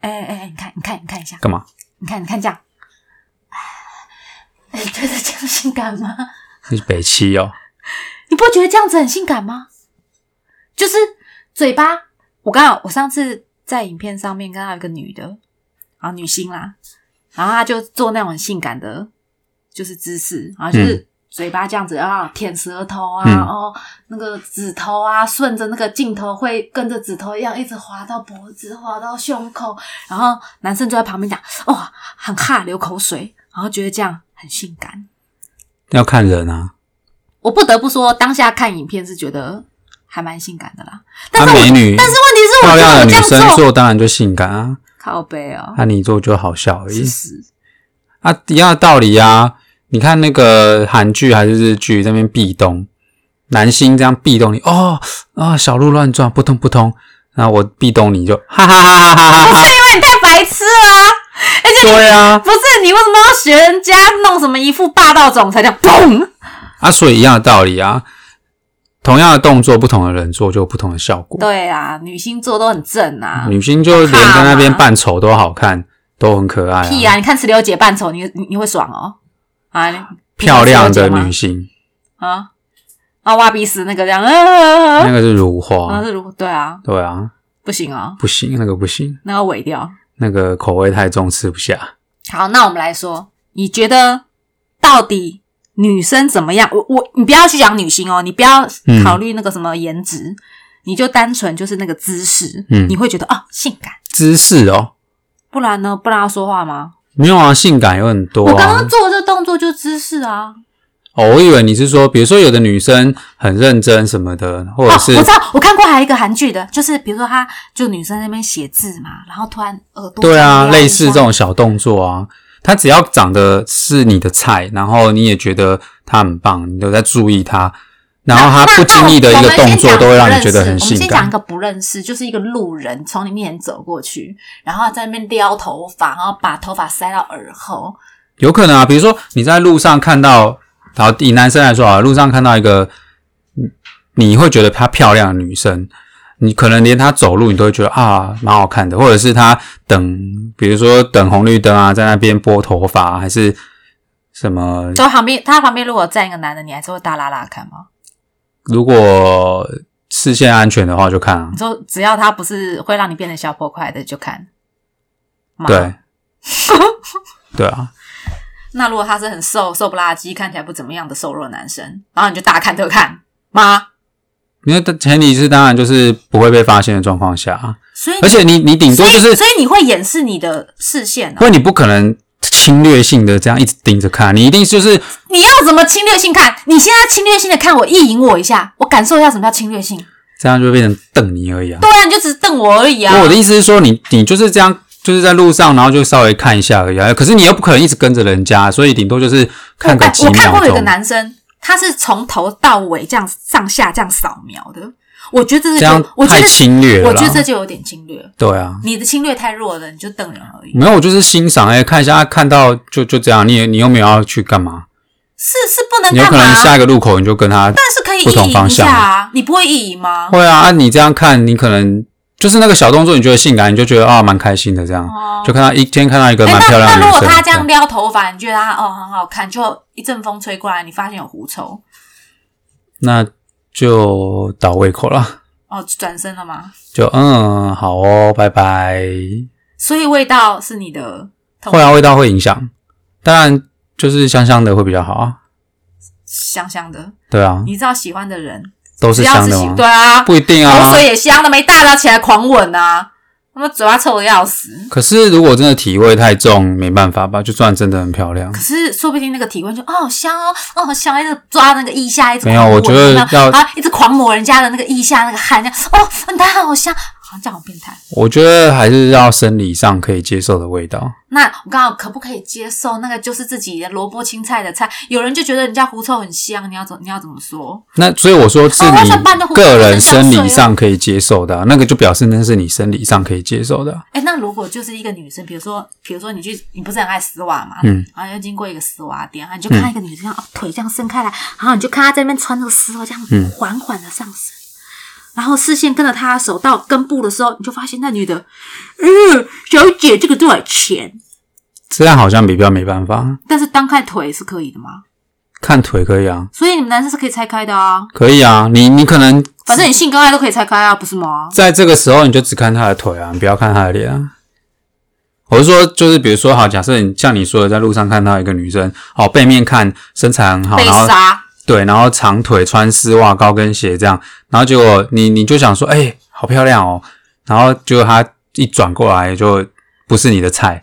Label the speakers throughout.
Speaker 1: 哎哎哎，你看，你看，你看一下，
Speaker 2: 干嘛？
Speaker 1: 你看，你看这样， 哎，你觉得这样性感吗？
Speaker 2: 你北七哦，
Speaker 1: 你不觉得这样子很性感吗？就是嘴巴，我刚好我上次在影片上面看到一个女的，啊，女星啦，然后她就做那种很性感的，就是姿势，然后就是嘴巴这样子啊，舔舌头啊，
Speaker 2: 嗯
Speaker 1: 然后那个指头啊，顺着那个镜头会跟着指头一样一直滑到脖子，滑到胸口，然后男生就在旁边讲，哦，很哈流口水，然后觉得这样很性感。
Speaker 2: 要看人啊。
Speaker 1: 我不得不说，当下看影片是觉得还蛮性感的啦。但
Speaker 2: 她
Speaker 1: 是我，
Speaker 2: 美女，
Speaker 1: 但是问题是，
Speaker 2: 漂
Speaker 1: 我觉
Speaker 2: 亮
Speaker 1: 得
Speaker 2: 的
Speaker 1: 我
Speaker 2: 女
Speaker 1: 这
Speaker 2: 生
Speaker 1: 样做
Speaker 2: 做当然就性感啊，
Speaker 1: 靠背哦，
Speaker 2: 那你做就好笑而已
Speaker 1: 是。是，
Speaker 2: 啊，一样的道理啊。你看那个韩剧还是日剧，这边壁咚，男星这样壁咚你，哦啊，小鹿乱撞，扑通扑通，然后我壁咚你就哈哈哈哈哈哈哈。
Speaker 1: 因为你太白痴了、啊。
Speaker 2: 对啊，
Speaker 1: 不是你为什么要学人家弄什么一副霸道总裁这样砰？
Speaker 2: 啊，所以一样的道理啊。同样的动作，不同的人做就有不同的效果。
Speaker 1: 对啊，女星做都很正啊。
Speaker 2: 女星就连在那边扮丑都好看，都很可爱、啊。
Speaker 1: 屁啊！你看石榴姐扮丑，你你你会爽哦啊！你
Speaker 2: 漂亮的女
Speaker 1: 星
Speaker 2: 星，
Speaker 1: 啊啊挖鼻屎那个这样，啊啊啊
Speaker 2: 那
Speaker 1: 啊
Speaker 2: 个是如
Speaker 1: 啊
Speaker 2: 花。
Speaker 1: 是如对啊，
Speaker 2: 对啊，
Speaker 1: 不行哦，
Speaker 2: 不行，那个不行，
Speaker 1: 那要萎掉。
Speaker 2: 那个口味太重，吃不下。
Speaker 1: 好，那我们来说，你觉得到底女生怎么样？我我你不要去讲女性哦，你不要
Speaker 2: 嗯
Speaker 1: 考虑那个什么颜值，你就单纯就是那个姿势，
Speaker 2: 嗯
Speaker 1: 你会觉得哦性感。
Speaker 2: 姿势哦，
Speaker 1: 不然呢？不然要说话吗？
Speaker 2: 没有啊，性感有很多、啊。
Speaker 1: 我刚刚做的这个动作就姿势啊。
Speaker 2: 哦，我以为你是说，比如说有的女生很认真什么的，或者
Speaker 1: 哦，
Speaker 2: 是、
Speaker 1: 我知道，我看过还有一个韩剧的，就是比如说她就女生在那边写字嘛，然后突然耳朵
Speaker 2: 对啊，
Speaker 1: 撩一下
Speaker 2: 类似这种小动作啊。她只要长得是你的菜，然后你也觉得她很棒，你都在注意她，然后她
Speaker 1: 那
Speaker 2: 不经意的一个动作都会让你觉得
Speaker 1: 我
Speaker 2: 很
Speaker 1: 们
Speaker 2: 性
Speaker 1: 先讲一
Speaker 2: 感。
Speaker 1: 个不认识，就是一个路人从你面前走过去，然后在那边撩头发，然后把头发塞到耳后，
Speaker 2: 有可能啊，比如说你在路上看到，然后以男生来说啊，路上看到一个嗯你会觉得她漂亮的女生，你可能连她走路你都会觉得啊蛮好看的，或者是她等，比如说等红绿灯啊，在那边拨头发啊还是什 么
Speaker 1: 就旁边他旁边如果站一个男的，你还是会大拉拉看吗？
Speaker 2: 如果视线安全的话，就看啊
Speaker 1: 你。说只要他不是会让你变成小破块的就看，吗
Speaker 2: 对，对啊，
Speaker 1: 那如果他是很瘦瘦不拉几，看起来不怎么样的瘦弱男生，然后你就大看特看吗？
Speaker 2: 因为前提是当然就是不会被发现的状况下啊，
Speaker 1: 所以
Speaker 2: 而且你你顶
Speaker 1: 所
Speaker 2: 多
Speaker 1: 以
Speaker 2: 就是，
Speaker 1: 所以你会掩饰你的视线、
Speaker 2: 因
Speaker 1: 啊，
Speaker 2: 为你不可能侵略性的这样一直盯着看，你一定就是
Speaker 1: 你要怎么侵略性看？你现在侵略性的看我，意淫我一下，我感受一下什么叫侵略性。
Speaker 2: 这样就变成瞪你而已啊。
Speaker 1: 对啊，你就只是瞪我而已啊
Speaker 2: 因为。我的意思是说你，你就是这样，就是在路上，然后就稍微看一下而已、啊。可是你又不可能一直跟着人家，所以顶多就是看个
Speaker 1: 哎
Speaker 2: 几
Speaker 1: 我看
Speaker 2: 秒
Speaker 1: 过有一个
Speaker 2: 钟。
Speaker 1: 男生，他是从头到尾这样上下这样扫描的，我觉得这
Speaker 2: 这
Speaker 1: 就
Speaker 2: 样
Speaker 1: 我觉
Speaker 2: 太
Speaker 1: 得
Speaker 2: 侵略了
Speaker 1: 我
Speaker 2: 啦
Speaker 1: 觉得这就有点侵略。
Speaker 2: 对啊，
Speaker 1: 你的侵略太弱了，你就瞪人而已。
Speaker 2: 没有，我就是欣赏哎、看一下，看到就就这样，你也你又没有要去干嘛？
Speaker 1: 是是不能
Speaker 2: 你有
Speaker 1: 干
Speaker 2: 可能
Speaker 1: 嘛？
Speaker 2: 下一个路口你就跟他
Speaker 1: 但是可以
Speaker 2: 不同
Speaker 1: 意淫
Speaker 2: 方
Speaker 1: 一
Speaker 2: 向
Speaker 1: 下啊，你不会意淫吗？
Speaker 2: 会啊，啊你这样看，你可能就是那个小动作，你觉得性感，你就觉得啊蛮开心的这样，
Speaker 1: 哦
Speaker 2: 就看到一天看到一个
Speaker 1: 哎
Speaker 2: 蛮漂亮
Speaker 1: 那
Speaker 2: 的女
Speaker 1: 那
Speaker 2: 生。
Speaker 1: 如果他这样
Speaker 2: 对
Speaker 1: 撩头发，你觉得他哦很好看，就一阵风吹过来，你发现有狐臭，
Speaker 2: 那就倒胃口了，
Speaker 1: 哦转身了吗？
Speaker 2: 就嗯好哦，拜拜。
Speaker 1: 所以味道是你的痛
Speaker 2: 会啊，味道会影响，当然就是香香的会比较好啊。
Speaker 1: 香香的，
Speaker 2: 对啊，
Speaker 1: 你知道喜欢的人
Speaker 2: 都
Speaker 1: 只
Speaker 2: 是
Speaker 1: 要
Speaker 2: 香
Speaker 1: 是
Speaker 2: 的
Speaker 1: 喜
Speaker 2: 吗？
Speaker 1: 对啊，
Speaker 2: 不一定啊
Speaker 1: 口。水也香的，没大早起来狂吻啊，他们嘴巴臭的要死。
Speaker 2: 可是如果真的体味太重，没办法吧？就算真的很漂亮
Speaker 1: 可，是说不定那个体温就哦好香哦哦好香，一直抓那个腋下，一直
Speaker 2: 没有
Speaker 1: 狂
Speaker 2: 我
Speaker 1: 吻
Speaker 2: 觉得
Speaker 1: 有没有
Speaker 2: 要
Speaker 1: 啊，一直狂抹人家的那个腋下那个汗，这样哦你的汗好香，好像这样好变态。
Speaker 2: 我觉得还是要生理上可以接受的味道。
Speaker 1: 那我刚好可不可以接受那个就是自己的萝卜青菜的菜？有人就觉得人家狐臭很香，你要怎你要怎么说？
Speaker 2: 那所以我说是
Speaker 1: 哦那上班的
Speaker 2: 你
Speaker 1: 狐臭
Speaker 2: 个人
Speaker 1: 很香
Speaker 2: 生
Speaker 1: 水哦
Speaker 2: 理上可以接受的啊、那个就表示那是你生理上可以接受的啊、
Speaker 1: 哎，那如果就是一个女生，比如说比如说你去你不是很爱丝袜嘛，
Speaker 2: 嗯，
Speaker 1: 然后又经过一个丝袜店，然啊后你就看到一个女生、哦腿这样伸开来，然后你就看她在那边穿着丝袜这样
Speaker 2: 嗯
Speaker 1: 缓缓的上升，然后视线跟着他的手到根部的时候，你就发现那女的，嗯，小姐这个多少钱？
Speaker 2: 这样好像比较没办法。
Speaker 1: 但是单看腿是可以的嘛，
Speaker 2: 看腿可以啊，
Speaker 1: 所以你们男生是可以拆开的啊。
Speaker 2: 可以啊，你你可能
Speaker 1: 反正你性跟爱都可以拆开啊，不是吗？
Speaker 2: 在这个时候你就只看他的腿啊，你不要看他的脸啊。我是说，就是比如说，好，假设你像你说的，在路上看到一个女生，哦，背面看身材很好，
Speaker 1: 被
Speaker 2: 然后
Speaker 1: 杀，
Speaker 2: 对，然后长腿穿丝袜、高跟鞋这样，然后结果你你就想说，哎、好漂亮哦，然后结果她一转过来就不是你的菜，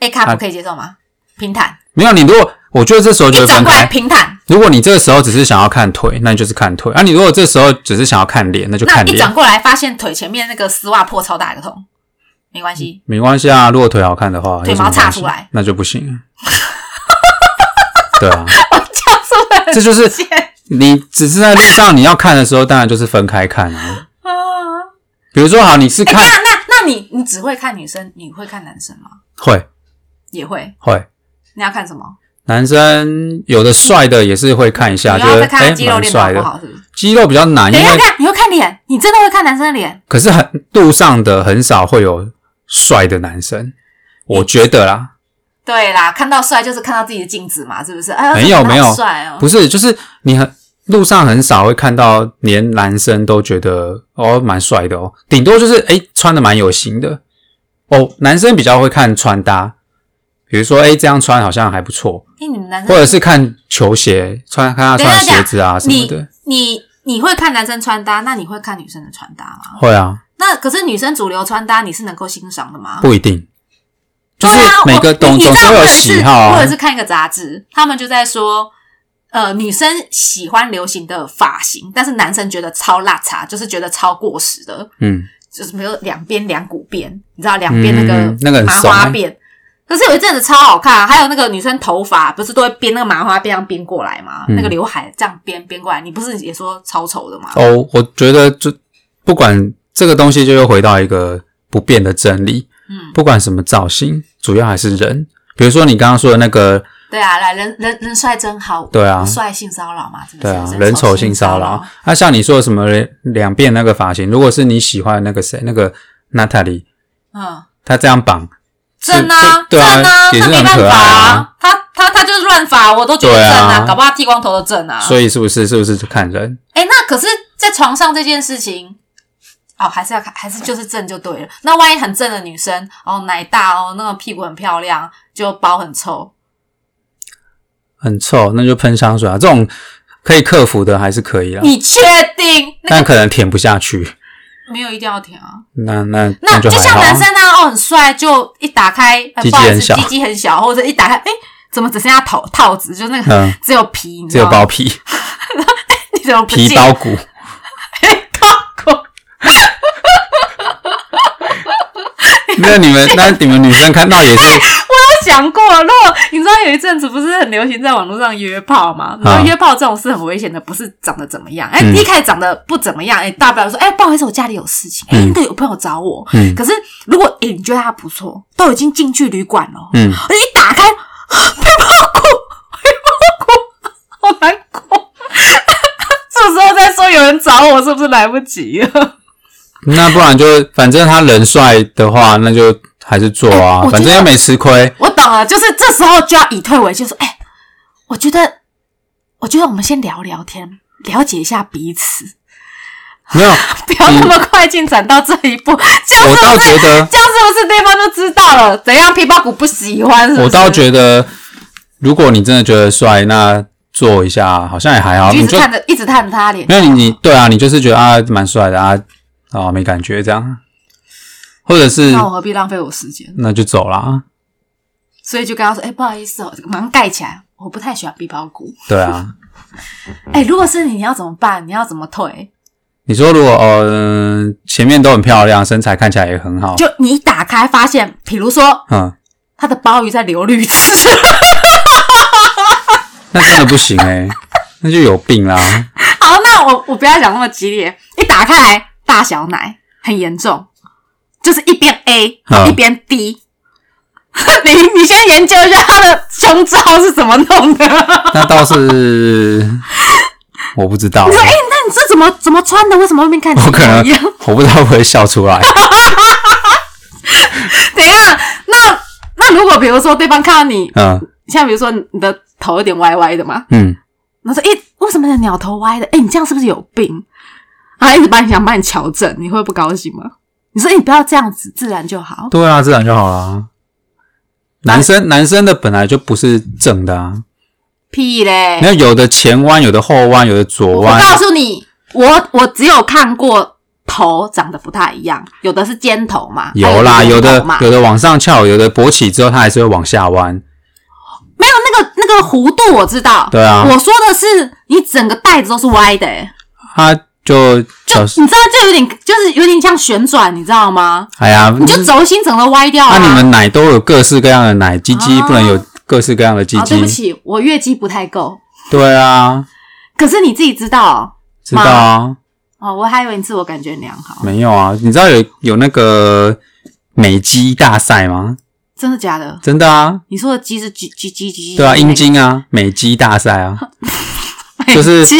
Speaker 1: A 卡
Speaker 2: 啊
Speaker 1: 不可以接受吗？平坦，
Speaker 2: 没有，你如果我觉得这时候就
Speaker 1: 一
Speaker 2: 会
Speaker 1: 转
Speaker 2: 分
Speaker 1: 过来
Speaker 2: 开。
Speaker 1: 平坦，
Speaker 2: 如果你这个时候只是想要看腿，那你就是看腿；啊，你如果这时候只是想要看脸，那就
Speaker 1: 那
Speaker 2: 看
Speaker 1: 一
Speaker 2: 脸
Speaker 1: 转，过来发现腿前面那个丝袜破超大一个洞，没关系，
Speaker 2: 没关系啊。如果腿好看的话，
Speaker 1: 腿
Speaker 2: 有什
Speaker 1: 毛
Speaker 2: 么
Speaker 1: 插
Speaker 2: 关系
Speaker 1: 出来
Speaker 2: 那就不行。 对啊，
Speaker 1: 叫出来
Speaker 2: 这 就是你只是在路上你要看的时候，当然就是分开看啊。
Speaker 1: 啊！
Speaker 2: 比如说，好，你是
Speaker 1: 哎、
Speaker 2: 看、
Speaker 1: 那那那你你只会看女生，你会看男生吗？
Speaker 2: 会
Speaker 1: 也会？
Speaker 2: 会，
Speaker 1: 你要看什么？
Speaker 2: 男生有的帅的也是会看一下，
Speaker 1: 你
Speaker 2: 觉
Speaker 1: 要啊
Speaker 2: 得
Speaker 1: 再看
Speaker 2: 哎
Speaker 1: 他肌肉
Speaker 2: 蛮
Speaker 1: 练
Speaker 2: 帅
Speaker 1: 得好不
Speaker 2: 的。
Speaker 1: 好，是不是？
Speaker 2: 肌肉比较难，因
Speaker 1: 等一下，
Speaker 2: 为
Speaker 1: 等一下，你会看脸，你真的会看男生的脸？
Speaker 2: 可是很路上的很少会有帅的男生，我觉得啦。
Speaker 1: 对啦，看到帅就是看到自己的镜子嘛，是不是？哎呀，
Speaker 2: 没有
Speaker 1: 这个
Speaker 2: 没有
Speaker 1: 好帅哦，
Speaker 2: 不是，就是你很路上很少会看到连男生都觉得哦蛮帅的哦，顶多就是诶穿的蛮有型的哦。男生比较会看穿搭，比如说诶这样穿好像还不错，
Speaker 1: 哎，你们男生
Speaker 2: 或者是看球鞋，穿看他
Speaker 1: 等一
Speaker 2: 穿
Speaker 1: 下
Speaker 2: 的鞋子啊什么
Speaker 1: 你
Speaker 2: 的，
Speaker 1: 你你会看男生穿搭，那你会看女生的穿搭吗？
Speaker 2: 会啊，
Speaker 1: 那可是女生主流穿搭，你是能够欣赏的吗？
Speaker 2: 不一定，就是
Speaker 1: 对啊
Speaker 2: 每个
Speaker 1: 我
Speaker 2: 总
Speaker 1: 你
Speaker 2: 总
Speaker 1: 知道我
Speaker 2: 是会有
Speaker 1: 有一次
Speaker 2: 喜好
Speaker 1: 我
Speaker 2: 啊
Speaker 1: 有一。次看一个杂志，他们就在说，呃，女生喜欢流行的发型，但是男生觉得超邋遢，就是觉得超过时的，
Speaker 2: 嗯，
Speaker 1: 就是比如两边两股辫，你知道两边那个
Speaker 2: 嗯那个很
Speaker 1: 麻
Speaker 2: 松
Speaker 1: 花
Speaker 2: 欸
Speaker 1: 辫。可是有一阵子超好看、啊，还有那个女生头发不是都会编那个麻花辫这样编过来吗？
Speaker 2: 嗯
Speaker 1: 那个刘海这样编编过来，你不是也说超丑的吗？
Speaker 2: 哦，我觉得就不管这个东西，就又回到一个不变的真理。
Speaker 1: 嗯，
Speaker 2: 不管什么造型，主要还是人。比如说你刚刚说的那个，
Speaker 1: 对啊，来人人人帅真好，
Speaker 2: 对啊
Speaker 1: 帅性骚扰嘛，是不是
Speaker 2: 对啊，人丑性骚扰。那、像你说的什么两遍那个发型，如果是你喜欢的那个谁，那个 Natalie，
Speaker 1: 嗯，
Speaker 2: 她这样绑，
Speaker 1: 正啊，
Speaker 2: 对啊
Speaker 1: 正啊，
Speaker 2: 也
Speaker 1: 那
Speaker 2: 是
Speaker 1: 没
Speaker 2: 很
Speaker 1: 办
Speaker 2: 可
Speaker 1: 法
Speaker 2: 爱啊。
Speaker 1: 他他他就是乱发，我都觉得正
Speaker 2: 对
Speaker 1: 啊，
Speaker 2: 啊
Speaker 1: 搞不好剃光头都正啊。
Speaker 2: 所以是不是是不是就看人？
Speaker 1: 哎、那可是，在床上这件事情，哦，还是要看，还是就是正就对了。那万一很正的女生，哦，奶大哦，那个屁股很漂亮，就包很臭，
Speaker 2: 很臭，那就喷香水啊。这种可以克服的还是可以啦，
Speaker 1: 你确定？那
Speaker 2: 但可能舔不下去。
Speaker 1: 没有一定要舔啊。
Speaker 2: 那那
Speaker 1: 那
Speaker 2: 就
Speaker 1: 就
Speaker 2: 还
Speaker 1: 像
Speaker 2: 好啊
Speaker 1: 男生啊，哦，很帅，就一打开，呃
Speaker 2: 鸡鸡
Speaker 1: 不好意
Speaker 2: 很
Speaker 1: 思，
Speaker 2: 小
Speaker 1: 鸡鸡很小，或者一打开，哎、怎么只剩下套套子，就那个、
Speaker 2: 嗯
Speaker 1: 只有皮，你
Speaker 2: 只
Speaker 1: 知道
Speaker 2: 有
Speaker 1: 吗？
Speaker 2: 包皮，
Speaker 1: 你怎么不
Speaker 2: 皮
Speaker 1: 进
Speaker 2: 包骨。 那你们 那你们女生看到也是
Speaker 1: 想过，如果你知道有一阵子不是很流行在网络上约炮吗？你知道
Speaker 2: 啊
Speaker 1: 约炮这种是很危险的，不是长得怎么样，哎、
Speaker 2: 嗯
Speaker 1: 一开始长得不怎么样，哎，大不了说，哎，不好意思，我家里有事情，哎，
Speaker 2: 嗯
Speaker 1: 那个有朋友找我。
Speaker 2: 嗯
Speaker 1: 可是如果哎你觉得他不错，都已经进去旅馆了，
Speaker 2: 嗯，
Speaker 1: 而一打开，背包裤，背包裤，好难过。 这时候再说有人找我，是不是来不及了？
Speaker 2: 那不然就反正他人帅的话，那就还是做啊，
Speaker 1: 哎我觉得
Speaker 2: 反正又没吃亏。
Speaker 1: 我懂了，就是这时候就要以退为进，说，哎、我觉得，我觉得我们先聊聊天，了解一下彼此，
Speaker 2: 没 有，
Speaker 1: 不要那么快进展到这一步。这样
Speaker 2: 嗯我
Speaker 1: 是
Speaker 2: 倒
Speaker 1: 不 是？
Speaker 2: 觉得，
Speaker 1: 这样是不是对方就知道了？怎样皮包骨不喜欢是不是？
Speaker 2: 我倒觉得，如果你真的觉得帅，那做一下好像也还好，
Speaker 1: 你就
Speaker 2: 啊
Speaker 1: 一直看
Speaker 2: 你就
Speaker 1: 着，一直看着他脸
Speaker 2: 没。有你你对啊，你就是觉得啊蛮帅的啊啊没感觉这样，或者是
Speaker 1: 那我何必浪费我时间？
Speaker 2: 那就走啦，
Speaker 1: 所以就跟他说：“哎、不好意思哦，马上盖起来，我不太喜欢皮包骨。
Speaker 2: 对啊。
Speaker 1: 哎、如果是你，你要怎么办？你要怎么退？
Speaker 2: 你说如果哦、嗯前面都很漂亮，身材看起来也很好，
Speaker 1: 就你一打开发现，比如说
Speaker 2: 嗯，
Speaker 1: 他的鲍鱼在流绿汁，
Speaker 2: 那真的不行诶、 那就有病 啦。
Speaker 1: 好，那我我不要讲那么激烈，一打开来大小奶很严重，就是一边 A、
Speaker 2: 嗯
Speaker 1: 一边 D。你你先研究 一下他的胸罩是怎么弄的，
Speaker 2: 那倒是我不知道，
Speaker 1: 那你这怎么怎么穿的？为什么外面看起来
Speaker 2: 我可能
Speaker 1: 一样？
Speaker 2: 我不知道会不会笑出来。
Speaker 1: 等一下，那那如果比如说对方看到你，
Speaker 2: 嗯
Speaker 1: 像比如说你的头有点歪歪的嘛，
Speaker 2: 嗯，
Speaker 1: 然后说：“诶、为什么你的鸟头歪的？诶、你这样是不是有病？”然后一直把你想把你矫正，你会不高兴吗？你说：“诶、你不要这样子，自然就好。
Speaker 2: 对啊，自然就好啦。男生男生的本来就不是正的啊，”
Speaker 1: 屁嘞
Speaker 2: 你！看有的前弯，有的后弯，有的左
Speaker 1: 哎我
Speaker 2: 弯，
Speaker 1: 告诉你，我我只有看过头长得不太一样，有的是尖头嘛，
Speaker 2: 有啦，
Speaker 1: 还
Speaker 2: 有
Speaker 1: 圆
Speaker 2: 的
Speaker 1: 头嘛，
Speaker 2: 有的往上翘，有的勃起之后它还是会往下弯。
Speaker 1: 没有那个那个弧度，我知道。
Speaker 2: 对啊
Speaker 1: 我说的是你整个带子都是歪的、欸，
Speaker 2: 它就
Speaker 1: 就
Speaker 2: 小
Speaker 1: 你知道，就有点就是有点像旋转，你知道吗？
Speaker 2: 哎呀，
Speaker 1: 你就轴心整个歪掉了、
Speaker 2: 那你们奶都有各式各样的奶，鸡鸡
Speaker 1: 啊
Speaker 2: 不能有各式各样的鸡
Speaker 1: 哦，对不
Speaker 2: 鸡。
Speaker 1: 起，我月经不太够，
Speaker 2: 对啊，
Speaker 1: 可是你自己知道
Speaker 2: 知道啊，
Speaker 1: 哦，我还以为你自我感觉良好，
Speaker 2: 没有啊，你知道有有那个美鸡大赛吗？
Speaker 1: 真的假的？
Speaker 2: 真的啊，
Speaker 1: 你说的鸡是鸡鸡鸡鸡，
Speaker 2: 对啊，阴茎啊，美鸡大赛啊，
Speaker 1: 鸡
Speaker 2: 就是
Speaker 1: 鸡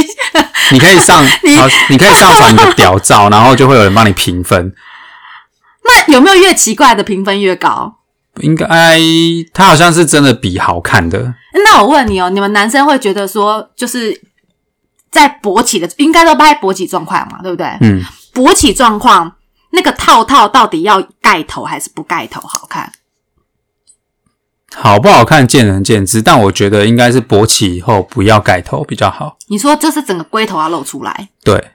Speaker 2: 你可以上，
Speaker 1: 你
Speaker 2: 好，你可以上传你的屌 照，然后就会有人帮你评分。
Speaker 1: 那有没有越奇怪的评分越高？
Speaker 2: 应该哎它好像是真的比好看的，
Speaker 1: 那我问你哦，你们男生会觉得说，就是在勃起的，应该都拍勃起状况嘛，对不对？
Speaker 2: 嗯，
Speaker 1: 勃起状况，那个套套到底要盖头还是不盖头好看？
Speaker 2: 好不好看见仁见智，但我觉得应该是勃起以后不要盖头比较好。
Speaker 1: 你说就是整个龟头要露出来，
Speaker 2: 对，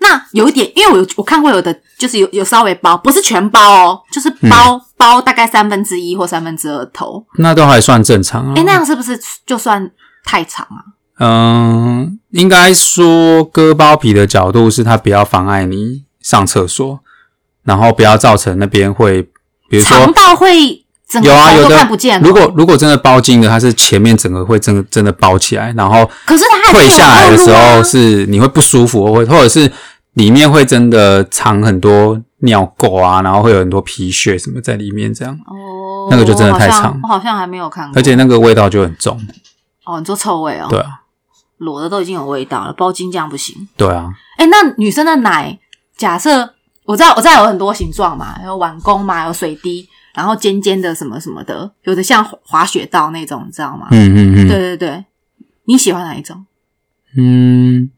Speaker 1: 那有一点，因为我有我看过有的就是有有稍微包，不是全包哦，就是
Speaker 2: 嗯
Speaker 1: 包、包大概三分之一或三分之二头，
Speaker 2: 那都还算正常啊。
Speaker 1: 哎诶、那样是不是就算太长啊？
Speaker 2: 嗯，应该说割包皮的角度是它不要妨碍你上厕所，然后不要造成那边会，比如
Speaker 1: 长
Speaker 2: 说
Speaker 1: 到会整个
Speaker 2: 有啊
Speaker 1: 头
Speaker 2: 有
Speaker 1: 都
Speaker 2: 的
Speaker 1: 看不见哦、
Speaker 2: 如果如果真的包茎的，它是前面整个会真的真的包起来，然后
Speaker 1: 可是它还是
Speaker 2: 退
Speaker 1: 有
Speaker 2: 下来的时
Speaker 1: 道
Speaker 2: 候
Speaker 1: 路啊
Speaker 2: 是你会不舒服，或或者是里面会真的藏很多尿垢啊，然后会有很多皮屑什么在里面这样。
Speaker 1: 哦，
Speaker 2: 那个就真的太
Speaker 1: 我好像
Speaker 2: 长
Speaker 1: 我好像还没有看过，
Speaker 2: 而且那个味道就很重。
Speaker 1: 哦，你说臭味哦，
Speaker 2: 对啊，
Speaker 1: 裸的都已经有味道了，包茎这样不行。
Speaker 2: 对啊，
Speaker 1: 哎、那女生的奶，假设我知道，我知道有很多形状嘛，有碗弓嘛，有水滴，然后尖尖的什么什么的，有的像滑雪道那种，你知道吗？
Speaker 2: 嗯
Speaker 1: 对
Speaker 2: 嗯嗯
Speaker 1: 对对，你喜欢哪一种？
Speaker 2: 嗯。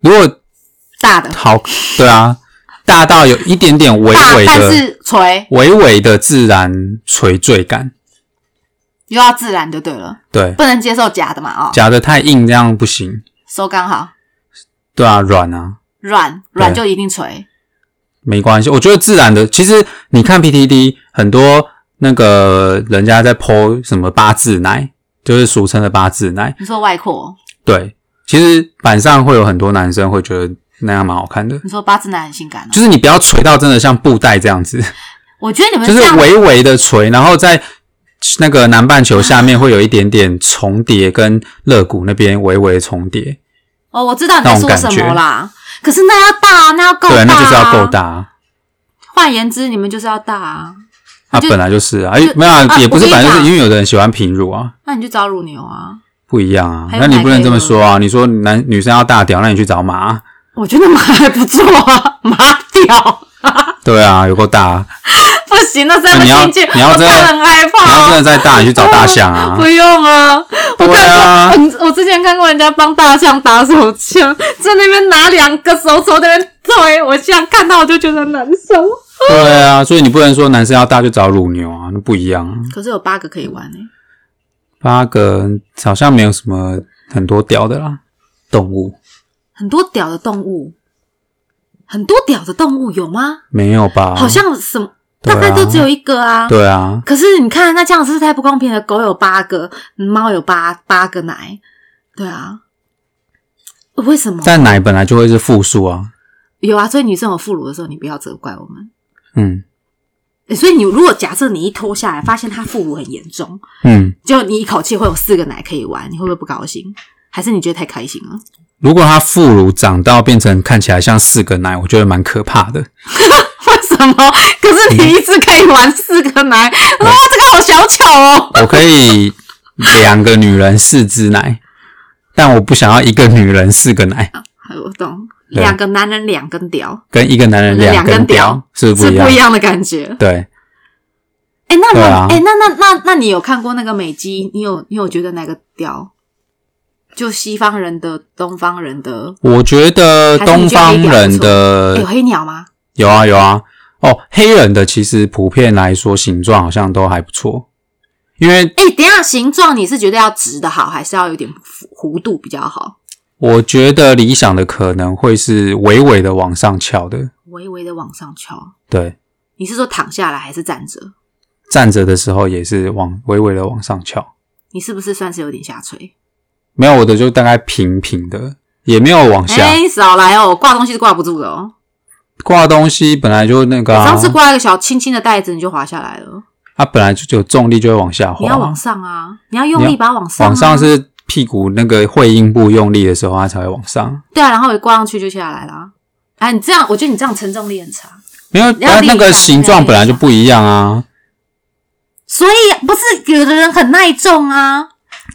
Speaker 2: 如果
Speaker 1: 大的，
Speaker 2: 好，对啊，大到有一点点微
Speaker 1: 大
Speaker 2: 微
Speaker 1: 但
Speaker 2: 的、
Speaker 1: 是垂，
Speaker 2: 微微的自然垂坠感，
Speaker 1: 又要自然就对了，
Speaker 2: 对，
Speaker 1: 不能接受假的嘛啊、哦，
Speaker 2: 夹的太硬这样不行。
Speaker 1: 手感好，
Speaker 2: 对啊，软啊，
Speaker 1: 软软就一定垂。
Speaker 2: 没关系。我觉得自然的，其实你看 PTD 很多那个人家在剖什么八字奶，就是俗称的八字奶。
Speaker 1: 你说外扩，
Speaker 2: 对，其实板上会有很多男生会觉得那样蛮好看的。
Speaker 1: 你说八字奶很性感、哦，
Speaker 2: 就是你不要垂到真的像布袋这样子，
Speaker 1: 我觉得你们
Speaker 2: 就
Speaker 1: 这
Speaker 2: 是
Speaker 1: 样
Speaker 2: 微微的垂，然后在那个南半球下面会有一点点重叠，跟肋骨那边微微重叠。
Speaker 1: 哦，我知道你在
Speaker 2: 那种
Speaker 1: 说
Speaker 2: 感
Speaker 1: 什
Speaker 2: 觉
Speaker 1: 么啦。可是那要大，那要够大、
Speaker 2: 对，
Speaker 1: 啊，
Speaker 2: 那就是要够。大
Speaker 1: 换言之，你们就是要大啊。
Speaker 2: 啊，
Speaker 1: 就
Speaker 2: 本来就是啊，哎
Speaker 1: 就，
Speaker 2: 没有、啊
Speaker 1: 啊，
Speaker 2: 也不是
Speaker 1: 我跟
Speaker 2: 本
Speaker 1: 你
Speaker 2: 来就是，
Speaker 1: 讲
Speaker 2: 因为有的人喜欢平乳啊，
Speaker 1: 那你就找乳牛啊！
Speaker 2: 不一样啊。
Speaker 1: 还有
Speaker 2: 那你
Speaker 1: 奶
Speaker 2: 不能
Speaker 1: 可以
Speaker 2: 这么
Speaker 1: 吗
Speaker 2: 说啊，你说男女生要大屌，那你去找马 啊，
Speaker 1: 我觉得马还不错啊， 马屌
Speaker 2: 对啊，有够大啊。
Speaker 1: 不行，那塞不
Speaker 2: 你要
Speaker 1: 进去，
Speaker 2: 你要
Speaker 1: 我
Speaker 2: 真的
Speaker 1: 真的很害怕
Speaker 2: 你要
Speaker 1: 啊。
Speaker 2: 真的再大，你去找大象 啊
Speaker 1: 不。用啊，我
Speaker 2: 对啊
Speaker 1: 看过，嗯我之前看过人家帮大象打手枪，在那边拿两个手手在那边推，我这样看到我就觉得难受。
Speaker 2: 对啊，所以你不能说男生要大就找乳牛啊，那不一样啊。
Speaker 1: 可是有八个可以玩欸诶、
Speaker 2: 八个好像没有什么很多屌的啦，动物
Speaker 1: 很多屌的动物，很多屌的动物有吗？
Speaker 2: 没有吧？
Speaker 1: 好像什么、
Speaker 2: 哦对啊
Speaker 1: 大概都只有一个啊。
Speaker 2: 对啊，
Speaker 1: 可是你看，那这样是不是太不公平了？狗有八个，猫有八八个奶，对啊，为什么？
Speaker 2: 但奶本来就会是复数啊，
Speaker 1: 有啊，所以女生有副乳的时候，你不要责怪我们。
Speaker 2: 嗯
Speaker 1: 诶所以你如果假设你一脱下来，发现她副乳很严重，
Speaker 2: 嗯。
Speaker 1: 就你一口气会有四个奶可以玩，你会不会不高兴？还是你觉得太开心了？
Speaker 2: 如果它副乳长到变成看起来像四个奶，我觉得蛮可 怕的。
Speaker 1: 为什么？可是你一次可以玩四个奶，
Speaker 2: 嗯
Speaker 1: 哇，这个好小巧哦！
Speaker 2: 我可以两个女人四只奶，但我不想要一个女人四个奶，
Speaker 1: 啊哎我懂，
Speaker 2: 对啊
Speaker 1: 两个男人两根屌
Speaker 2: 跟一个男人
Speaker 1: 两根
Speaker 2: 根
Speaker 1: 屌
Speaker 2: 屌是不
Speaker 1: 是
Speaker 2: 是不一样
Speaker 1: 不一。样的感觉。
Speaker 2: 对，
Speaker 1: 哎、那你
Speaker 2: 对啊
Speaker 1: 哎、那那那那你有看过那个美肌？你有你有觉得哪个屌？就西方人的、东方人的，
Speaker 2: 我觉得
Speaker 1: 还是你
Speaker 2: 东
Speaker 1: 觉得
Speaker 2: 方
Speaker 1: 黑屌
Speaker 2: 人
Speaker 1: 不错
Speaker 2: 的
Speaker 1: 哎有黑鸟吗？
Speaker 2: 有啊有啊，哦，黑人的其实普遍来说形状好像都还不错，因为
Speaker 1: 哎、等一下形状你是觉得要直的好，还是要有点弧度比较好？
Speaker 2: 我觉得理想的可能会是微微的往上翘的，
Speaker 1: 微微的往上翘，
Speaker 2: 对，
Speaker 1: 你是说躺下来还是站着？
Speaker 2: 站着的时候也是往微微的往上翘，
Speaker 1: 你是不是算是有点下垂？
Speaker 2: 没有我的就大概平平的，也没有往下
Speaker 1: 哎、少来哦，挂东西是挂不住的哦。
Speaker 2: 挂东西，本来就那个
Speaker 1: 我
Speaker 2: 啊
Speaker 1: 上，次挂一个小轻轻的袋子，你就滑下来了。
Speaker 2: 它本来就有重力就会往下
Speaker 1: 你要
Speaker 2: 滑
Speaker 1: 往，上啊，你要用力把它往上、啊。
Speaker 2: 往上是屁股那个会阴部用力的时候，它才会往上。
Speaker 1: 对啊，然后一挂上去就下来了。哎，你这样，我觉得你这样承重力很差。
Speaker 2: 没有，
Speaker 1: 你要
Speaker 2: 它那
Speaker 1: 立
Speaker 2: 个
Speaker 1: 起来
Speaker 2: 形状本来就不一样啊，
Speaker 1: 所以不是有的人很耐重啊，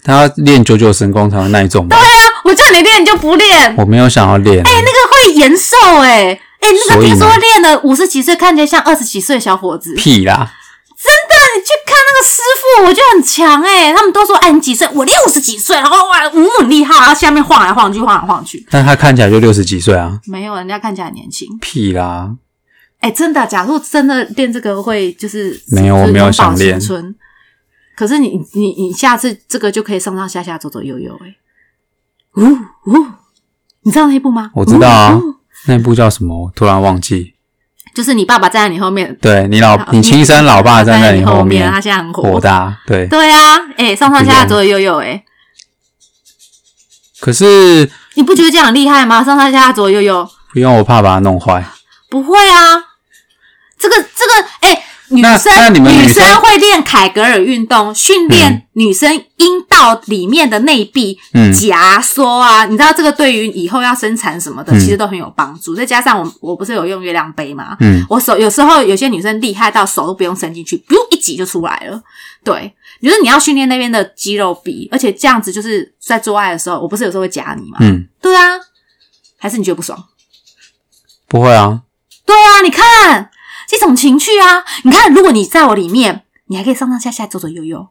Speaker 2: 它要练九九神功才会耐重吧？
Speaker 1: 我叫你练你就不练，
Speaker 2: 我没有想要练，
Speaker 1: 哎
Speaker 2: 啊
Speaker 1: 那个会延寿哎、欸、哎、那个
Speaker 2: 所以
Speaker 1: 听
Speaker 2: 呢
Speaker 1: 说练了五十几岁看起来像二十几岁的小伙子， 那
Speaker 2: 屁啦！
Speaker 1: 你去看那个师傅，我觉得很强哎、他们都说哎你几岁，我六十几岁，然后哇五很厉害，然后下面晃来晃去，晃来晃去，
Speaker 2: 但他看起来就六十几岁啊，
Speaker 1: 没有人家看起来很年轻。
Speaker 2: 屁啦！
Speaker 1: 哎、真的，假如真的练这个会就是
Speaker 2: 没有
Speaker 1: 就是
Speaker 2: 我没有
Speaker 1: 永葆
Speaker 2: 想练
Speaker 1: 青春可是你你你下次这个就可以上上下下走走悠悠哎、呜呜，你知道那一部吗？
Speaker 2: 我知道啊
Speaker 1: 呜呜
Speaker 2: 那部叫什么？我突然忘记。
Speaker 1: 就是你爸爸站在你后面，
Speaker 2: 对你老
Speaker 1: 好
Speaker 2: 你亲生老爸站在
Speaker 1: 你
Speaker 2: 你后
Speaker 1: 面，
Speaker 2: 面，
Speaker 1: 他现在很
Speaker 2: 火大。对，
Speaker 1: 对啊，哎、上上下下走走悠悠哎、
Speaker 2: 可是
Speaker 1: 你不觉得这样很厉害吗？上上下下左右右，
Speaker 2: 不用，我怕把它弄坏。
Speaker 1: 不会啊，这个这个，哎、女
Speaker 2: 那
Speaker 1: 生
Speaker 2: 那你们
Speaker 1: 女
Speaker 2: 女生
Speaker 1: 会练凯格尔运动，训练女生阴道里面的内壁
Speaker 2: 嗯
Speaker 1: 夹缩啊，你知道这个对于以后要生产什么的，
Speaker 2: 嗯
Speaker 1: 其实都很有帮助。再加上我我不是有用月亮杯吗？
Speaker 2: 嗯，
Speaker 1: 我手有时候有些女生厉害到手都不用伸进去，不用一挤就出来了。对，就是你要训练那边的肌肉壁，而且这样子就是在做爱的时候，我不是有时候会夹你吗？
Speaker 2: 嗯，
Speaker 1: 对啊，还是你觉得不爽？
Speaker 2: 不会啊，
Speaker 1: 对啊，你看这种情趣啊，你看如果你在我里面，你还可以上上下下左左右右，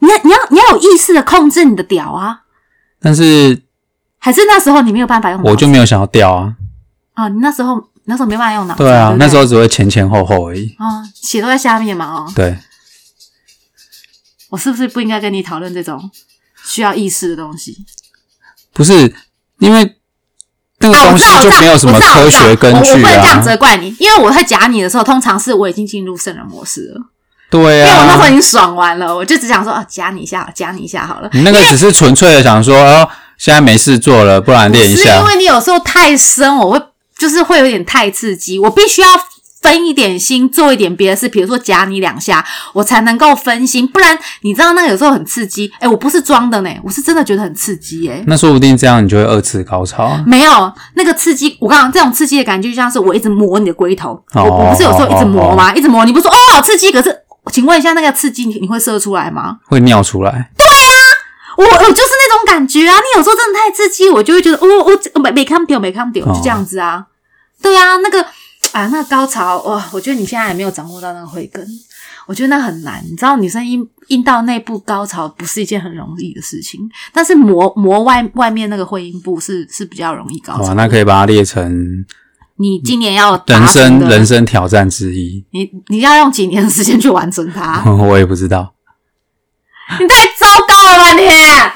Speaker 1: 你要你要你要有意识的控制你的屌啊，
Speaker 2: 但是
Speaker 1: 还是那时候你没有办法用脑
Speaker 2: 我就没有想要掉啊。
Speaker 1: 啊，你那时候那时候没办法用脑子，
Speaker 2: 对啊，
Speaker 1: 不
Speaker 2: 那时候只会前前后后而已。
Speaker 1: 啊、血都在下面嘛哦，
Speaker 2: 对，
Speaker 1: 我是不是不应该跟你讨论这种需要意识的东西？
Speaker 2: 不是因为那个
Speaker 1: 啊，我
Speaker 2: 东
Speaker 1: 知
Speaker 2: 西
Speaker 1: 道，我知道，
Speaker 2: 就没有什么
Speaker 1: 我知道
Speaker 2: 科学根
Speaker 1: 哦我知道我我
Speaker 2: 据
Speaker 1: 不能这样
Speaker 2: 啊。
Speaker 1: 责怪你，因为我在夹你的时候，通常是我已经进入圣人模式了。
Speaker 2: 对
Speaker 1: 因为我那时候已
Speaker 2: 啊，
Speaker 1: 经爽完了，我就只想说啊，夹你一下，夹你一下好了。
Speaker 2: 你那个只是纯粹的想说，哦，现在没事做了，不然练一
Speaker 1: 不是
Speaker 2: 下
Speaker 1: 因。为你有时候太深，我会就是会有点太刺激，我必须要分一点心，做一点别的事，比如说夹你两下，我才能够分心。不然你知道那个有时候很刺激，哎，我不是装的呢，我是真的觉得很刺激哎。
Speaker 2: 那说不定这样你就会二次高潮啊。
Speaker 1: 没有那个刺激，我刚刚这种刺激的感觉，就像是我一直磨你的龟头，
Speaker 2: 哦
Speaker 1: 我我不是有时候一直磨吗？一直磨，你不是说哦好刺激，可是请问一下，那个刺激你你会射出来吗？
Speaker 2: 会尿出来。
Speaker 1: 我我就是那种感觉啊！你有时候真的太刺激，我就会觉得哦，我这没没看掉，没看掉，
Speaker 2: 哦
Speaker 1: 就这样子啊。对啊，那个啊，那个高潮哇，我觉得你现在还没有掌握到那个慧根，我觉得那很难。你知道，女生阴阴道内部高潮不是一件很容易的事情，但是磨磨外外面那个会阴部是是比较容易高潮
Speaker 2: 哇，
Speaker 1: 的。
Speaker 2: 哦那可以把它列成
Speaker 1: 你今年要达
Speaker 2: 人
Speaker 1: 成
Speaker 2: 生
Speaker 1: 的
Speaker 2: 人，生挑战之一。
Speaker 1: 你你要用几年的时间去完成它？
Speaker 2: 我也不知道，
Speaker 1: 你太糟糕了吧你！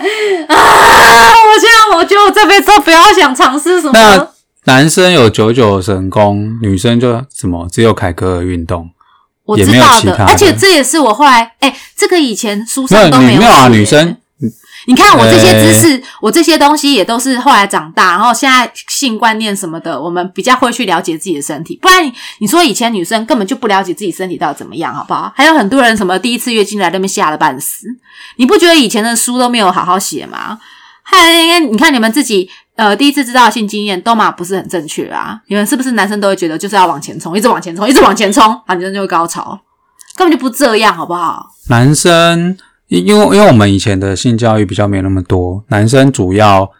Speaker 1: 啊，我现在我觉得我这辈子都不要想尝试什么
Speaker 2: 那。男生有九九神功，女生就什么只有凯格尔运动。
Speaker 1: 我
Speaker 2: 也
Speaker 1: 知
Speaker 2: 没有
Speaker 1: 道
Speaker 2: 其
Speaker 1: 的，
Speaker 2: 他的
Speaker 1: 而且这也是我后来哎、这个以前书
Speaker 2: 没
Speaker 1: 上都
Speaker 2: 有女
Speaker 1: 有
Speaker 2: 没有啊，
Speaker 1: 写
Speaker 2: 女生
Speaker 1: 你看我这些知识，我这些东西也都是后来长大，然后现在性观念什么的，我们比较会去了解自己的身体。不然你你说以前女生根本就不了解自己身体到底怎么样，好不好？还有很多人什么第一次月经来那边吓得半死，你不觉得以前的书都没有好好写吗？嗨，你看你们自己呃第一次知道的性经验都嘛不是很正确啊？你们是不是男生都会觉得就是要往前冲，一直往前冲，一直往前冲，啊，女生就会高潮，根本就不这样，好不好？
Speaker 2: 男生因因为因为我们以前的性教育比较没有那么多，男生主要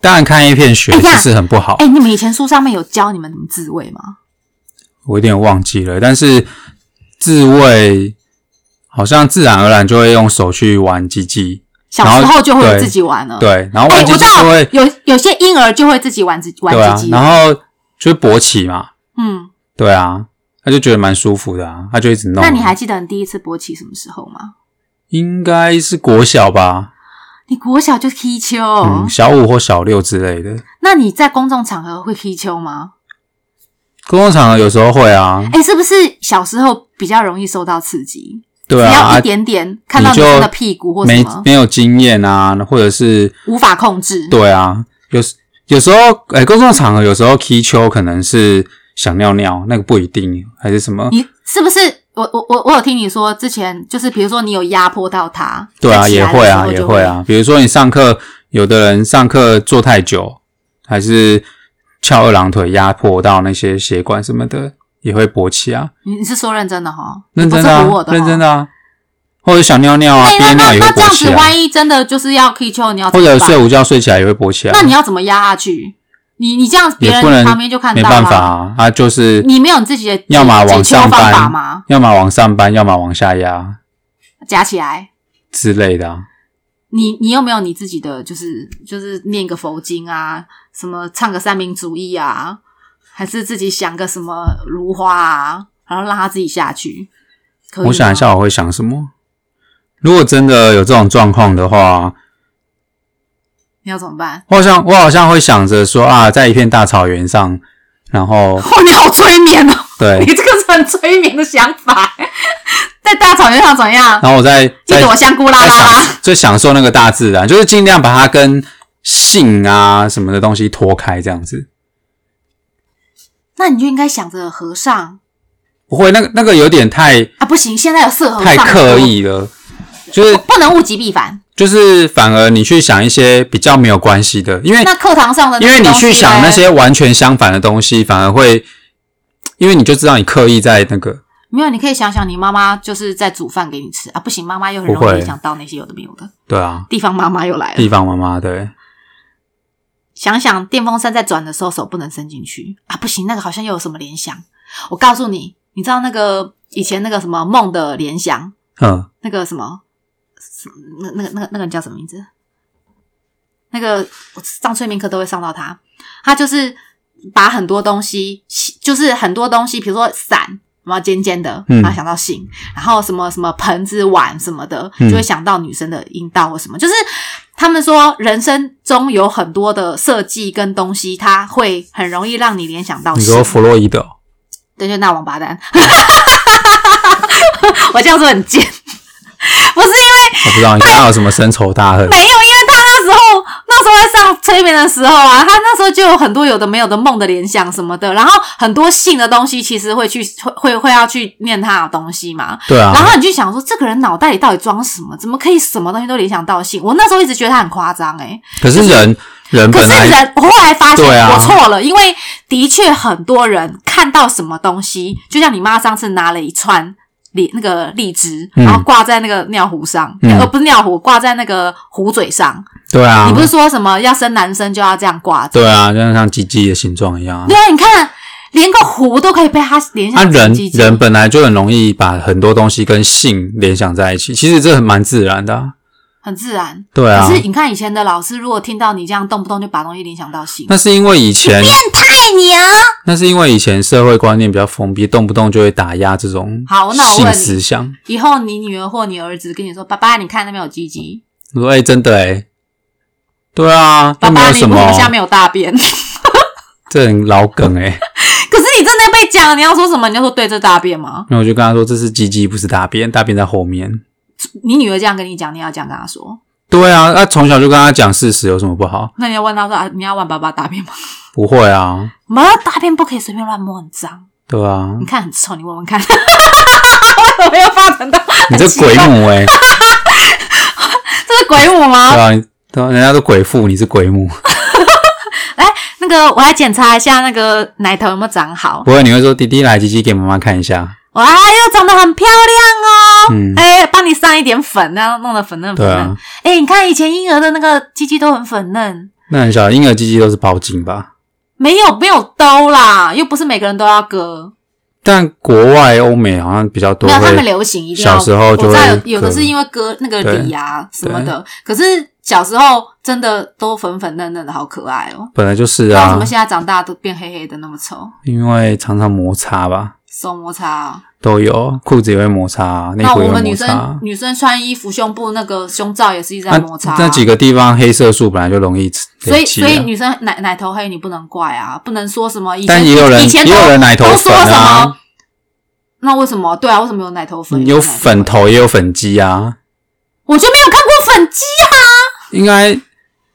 Speaker 2: 当然看 A 片学
Speaker 1: 哎
Speaker 2: 其
Speaker 1: 呀
Speaker 2: 实很不好，
Speaker 1: 哎、你们以前书上面有教你们怎么自慰吗？
Speaker 2: 我有点忘记了，但是自慰好像自然而然就会用手去玩鸡鸡，
Speaker 1: 小
Speaker 2: 然后
Speaker 1: 时候就会
Speaker 2: 对
Speaker 1: 自己玩了。，
Speaker 2: 对，然后
Speaker 1: 哎、
Speaker 2: 玩鸡
Speaker 1: 我
Speaker 2: 鸡
Speaker 1: 知
Speaker 2: 就
Speaker 1: 道
Speaker 2: 会、
Speaker 1: 有有些婴儿就会自己玩自玩
Speaker 2: 对啊
Speaker 1: 自，己，
Speaker 2: 然后就是勃起嘛，
Speaker 1: 嗯，
Speaker 2: 对啊，他就觉得蛮舒服的啊，他就一直弄啊。
Speaker 1: 那你还记得你第一次勃起什么时候吗？
Speaker 2: 应该是国小吧？
Speaker 1: 你国小就踢球，
Speaker 2: 嗯，小五或小六之类的。
Speaker 1: 那你在公众场合会踢球吗？
Speaker 2: 公共场合有时候会啊，
Speaker 1: 哎、是不是小时候比较容易受到刺激？
Speaker 2: 对
Speaker 1: 只
Speaker 2: 啊，
Speaker 1: 要
Speaker 2: 啊
Speaker 1: 一点点看到
Speaker 2: 你
Speaker 1: 女
Speaker 2: 就
Speaker 1: 生的屁股或什
Speaker 2: 没
Speaker 1: 么，
Speaker 2: 没有经验啊，或者是
Speaker 1: 无法控制。
Speaker 2: 对啊，有时有时候哎、公众场合有时候踢球可能是想尿尿，那个不一定，还是什么？
Speaker 1: 你是不是？我我我我有听你说，之前就是比如说你有压迫到他，
Speaker 2: 对啊，
Speaker 1: 在起
Speaker 2: 也
Speaker 1: 来的
Speaker 2: 会
Speaker 1: 时
Speaker 2: 啊，
Speaker 1: 候就
Speaker 2: 也会。啊。比如说你上课，有的人上课坐太久，还是翘二郎腿压迫到那些血管什么的，也会勃起啊。
Speaker 1: 你你是说认真的哈？
Speaker 2: 认
Speaker 1: 哦不
Speaker 2: 真的、
Speaker 1: 是唬
Speaker 2: 啊
Speaker 1: 我，的，
Speaker 2: 认真
Speaker 1: 的。
Speaker 2: 的啊，或者想尿尿啊，
Speaker 1: 哎、
Speaker 2: 憋
Speaker 1: 那
Speaker 2: 尿
Speaker 1: 那
Speaker 2: 也会
Speaker 1: 那这样
Speaker 2: 勃起
Speaker 1: 子，
Speaker 2: 啊，
Speaker 1: 万一真的就是要 K 球，你要怎
Speaker 2: 或
Speaker 1: 么
Speaker 2: 者
Speaker 1: 办
Speaker 2: 睡午觉睡起来也会勃起啊。
Speaker 1: 那你要怎么压下去？你你这样别
Speaker 2: 也不
Speaker 1: 人
Speaker 2: 能
Speaker 1: 旁边就看
Speaker 2: 没
Speaker 1: 到
Speaker 2: 办
Speaker 1: 了、
Speaker 2: 法啊，啊就是
Speaker 1: 你没有你自己的
Speaker 2: 要么
Speaker 1: 解
Speaker 2: 往
Speaker 1: 解
Speaker 2: 上
Speaker 1: 救方法
Speaker 2: 搬
Speaker 1: 吗？
Speaker 2: 要么往上搬，要么往下压
Speaker 1: 夹起来。
Speaker 2: 之类的、啊。
Speaker 1: 你你有没有你自己的，就是就是念个佛经啊，什么唱个三民主义啊，还是自己想个什么如花啊，然后让他自己下去？可以吗
Speaker 2: 我想一，下我会想什么。如果真的有这种状况的话，
Speaker 1: 你要怎么办？
Speaker 2: 我好像我好像会想着说啊，在一片大草原上，然后
Speaker 1: 哦，你好催眠哦，你
Speaker 2: 对，
Speaker 1: 这个是很催眠的想法， 在大草原上怎样？
Speaker 2: 然后我在
Speaker 1: 一
Speaker 2: 在
Speaker 1: 朵香菇啦
Speaker 2: 在
Speaker 1: 啦
Speaker 2: 享
Speaker 1: 啦，
Speaker 2: 就享受那个大自然，就是尽量把它跟性啊什么的东西脱开，这样子。
Speaker 1: 那你就应该想着和尚
Speaker 2: 不会，那个那个有点太
Speaker 1: 啊，不行，现在有色和尚
Speaker 2: 太刻，意了，就是
Speaker 1: 不能物极必反。
Speaker 2: 就是反而你去想一些比较没有关系的，因为
Speaker 1: 那课堂上的那
Speaker 2: 哎因
Speaker 1: 些
Speaker 2: 为你
Speaker 1: 东西
Speaker 2: 去想那
Speaker 1: 嘞
Speaker 2: 些完全相反的东西，反而会，因为你就知道你刻意在那个
Speaker 1: 没有，你可以想想，你妈妈就是在煮饭给你吃啊，不行，妈妈又很
Speaker 2: 不
Speaker 1: 容
Speaker 2: 会
Speaker 1: 易影响到那些有的没有的
Speaker 2: 对啊
Speaker 1: 地方，妈妈又来了。
Speaker 2: 地方妈妈对，
Speaker 1: 想想电风扇在转的时候，手不能伸进去啊，不行，那个好像又有什么联想。我告诉你，你知道那个以前那个什么梦的联想，
Speaker 2: 嗯，
Speaker 1: 那个什么，什那那个那个那个人叫什么名字？那个我上催眠课都会上到他，他就是把很多东西，就是很多东西，比如说伞，然后尖尖的，
Speaker 2: 嗯
Speaker 1: 然后想到性，然后什么什么盆子、碗什么的，
Speaker 2: 嗯
Speaker 1: 就会想到女生的阴道或什么。就是他们说，人生中有很多的设计跟东西，它会很容易让你联想到
Speaker 2: 你
Speaker 1: 性
Speaker 2: 说。弗洛伊德哦，
Speaker 1: 对，就那王八蛋， 我这样说很贱， 不是因为。
Speaker 2: 我不知道你刚刚有什么深仇 大恨，
Speaker 1: 没有，因为他那时候那时候在上催眠的时候啊，他那时候就有很多有的没有的梦的联想什么的，然后很多性的东西其实会去会会会要去念他的东西嘛。
Speaker 2: 对啊，
Speaker 1: 然后你就想说，这个人脑袋里到底装什么？怎么可以什么东西都联想到性？我那时候一直觉得他很夸张诶、
Speaker 2: 可是人人
Speaker 1: 可
Speaker 2: 本
Speaker 1: 是
Speaker 2: 来
Speaker 1: 人，我后来发现
Speaker 2: 对啊
Speaker 1: 我错了，因为的确很多人看到什么东西，就像你妈上次拿了一串荔那个荔枝，
Speaker 2: 嗯
Speaker 1: 然后挂在那个尿壶上，
Speaker 2: 嗯
Speaker 1: 呃，不是尿壶，挂在那个壶嘴上。
Speaker 2: 对啊
Speaker 1: 你，不是说什么要生男生就要这样挂着？
Speaker 2: 对啊，就像像鸡鸡的形状一样啊
Speaker 1: 对。啊，你看连个壶都可以被他联想
Speaker 2: 啊，
Speaker 1: 成
Speaker 2: 人
Speaker 1: 鸡鸡
Speaker 2: 人本来就很容易把很多东西跟性联想在一起，其实这很蛮自然的、啊，
Speaker 1: 很自然。
Speaker 2: 对啊
Speaker 1: 可。是你看以前的老师，如果听到你这样动不动就把东西联想到性，
Speaker 2: 那是因为以前，
Speaker 1: 爱你啊！
Speaker 2: 那是因为以前社会观念比较封闭，动不动就会打压这种
Speaker 1: 好那我问
Speaker 2: 性
Speaker 1: 你
Speaker 2: 思想。
Speaker 1: 以后你女儿或你儿子跟你说：“爸爸，你看那边有鸡鸡。
Speaker 2: 我说，哎、真的哎、对啊，”
Speaker 1: 爸
Speaker 2: 又没
Speaker 1: 爸，
Speaker 2: 有
Speaker 1: 你
Speaker 2: 什
Speaker 1: 为什
Speaker 2: 么
Speaker 1: 么，下面有大便？ 可
Speaker 2: 这很老梗哎、
Speaker 1: 是你正在被讲，你要说什么？你要说对这大便吗？
Speaker 2: 那我就跟他说，这是鸡鸡，不是大便，大便在后面。
Speaker 1: 你女儿这样跟你讲，你要这样跟她说。
Speaker 2: 对啊，那从小就跟他讲事实有什么不好？
Speaker 1: 那你要问她说：“啊，你要玩爸爸大便吗？”
Speaker 2: 不会啊，
Speaker 1: 妈，大便不可以随便乱摸，很脏。
Speaker 2: 对啊
Speaker 1: 你，看很臭，你闻闻看。 为什么要发展到
Speaker 2: 你这
Speaker 1: 很奇怪
Speaker 2: 鬼母哎、
Speaker 1: 这是鬼母吗？
Speaker 2: 对啊，你对啊人家都鬼父，你是鬼母。
Speaker 1: 那个我来检查一下那个奶头有没有长好。
Speaker 2: 不会，你会说弟弟来，鸡鸡给妈妈看一下。
Speaker 1: 哇，又长得很漂亮哦！
Speaker 2: 嗯
Speaker 1: 哎、帮你上上一点粉，那样弄得粉嫩粉
Speaker 2: 对
Speaker 1: 嫩。
Speaker 2: 啊，
Speaker 1: 哎、你看以前婴儿的那个鸡鸡都很粉嫩，
Speaker 2: 那很小，婴儿鸡鸡都是包茎吧？
Speaker 1: 没有没有兜啦，又不是每个人都要割。
Speaker 2: 但国外欧美好像比较多
Speaker 1: 没有，他们
Speaker 2: 会，
Speaker 1: 流行一定要。
Speaker 2: 小时候就会
Speaker 1: 我知道有有的
Speaker 2: 割
Speaker 1: 是因为割那个底啊什么的，可是小时候真的都粉粉嫩嫩的，好可爱哦。
Speaker 2: 本来就是
Speaker 1: 不知道为什
Speaker 2: 啊
Speaker 1: 么，现在长大都变黑黑的那么丑？
Speaker 2: 因为常常摩擦吧，
Speaker 1: 手摩擦啊、
Speaker 2: 都有裤子也会摩擦，啊内
Speaker 1: 那
Speaker 2: 裤
Speaker 1: 我
Speaker 2: 也会
Speaker 1: 们女
Speaker 2: 摩
Speaker 1: 生
Speaker 2: 擦。啊
Speaker 1: 女生穿衣服胸部那个胸罩也是一直在
Speaker 2: 那
Speaker 1: 摩擦啊、
Speaker 2: 那几个地方黑色素本来就容易
Speaker 1: 所以
Speaker 2: 累积
Speaker 1: 所
Speaker 2: 啊
Speaker 1: 以女生奶奶头黑你不能怪啊，不能说什么以前
Speaker 2: 但也有人
Speaker 1: 以前都
Speaker 2: 也有人奶头
Speaker 1: 都说
Speaker 2: 粉
Speaker 1: 什么
Speaker 2: 啊，，
Speaker 1: 那为什么对啊？为什么有奶头粉？
Speaker 2: 有
Speaker 1: 奶
Speaker 2: 粉，头也有粉肌啊，
Speaker 1: 我就没有看过粉肌啊。
Speaker 2: 应该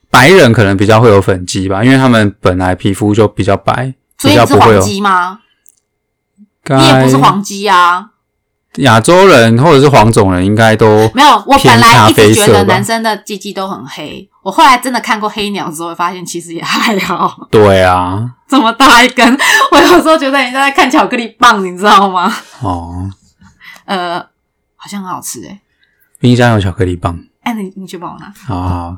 Speaker 2: 白人可能比较会有粉肌吧，因为他们本来皮肤就比较白，
Speaker 1: 所
Speaker 2: 比
Speaker 1: 以
Speaker 2: 较
Speaker 1: 你是
Speaker 2: 不会
Speaker 1: 黄
Speaker 2: 有。
Speaker 1: 肌吗？
Speaker 2: 该
Speaker 1: 你也不是黄肌啊。
Speaker 2: 亚洲人或者是黄种人应该都
Speaker 1: 没有，我本
Speaker 2: 偏
Speaker 1: 来
Speaker 2: 咖
Speaker 1: 一直
Speaker 2: 啡
Speaker 1: 觉
Speaker 2: 色吧
Speaker 1: 得男生的鸡鸡都很黑，我后来真的看过黑鸟之后，发现其实也还好，
Speaker 2: 对啊，
Speaker 1: 这么大一根， 我有时候觉得人家在看巧克力棒，你知道吗？
Speaker 2: 哦，
Speaker 1: 呃，好像很好吃诶、
Speaker 2: 冰箱有巧克力棒
Speaker 1: 哎、你你去帮我拿。
Speaker 2: 啊，好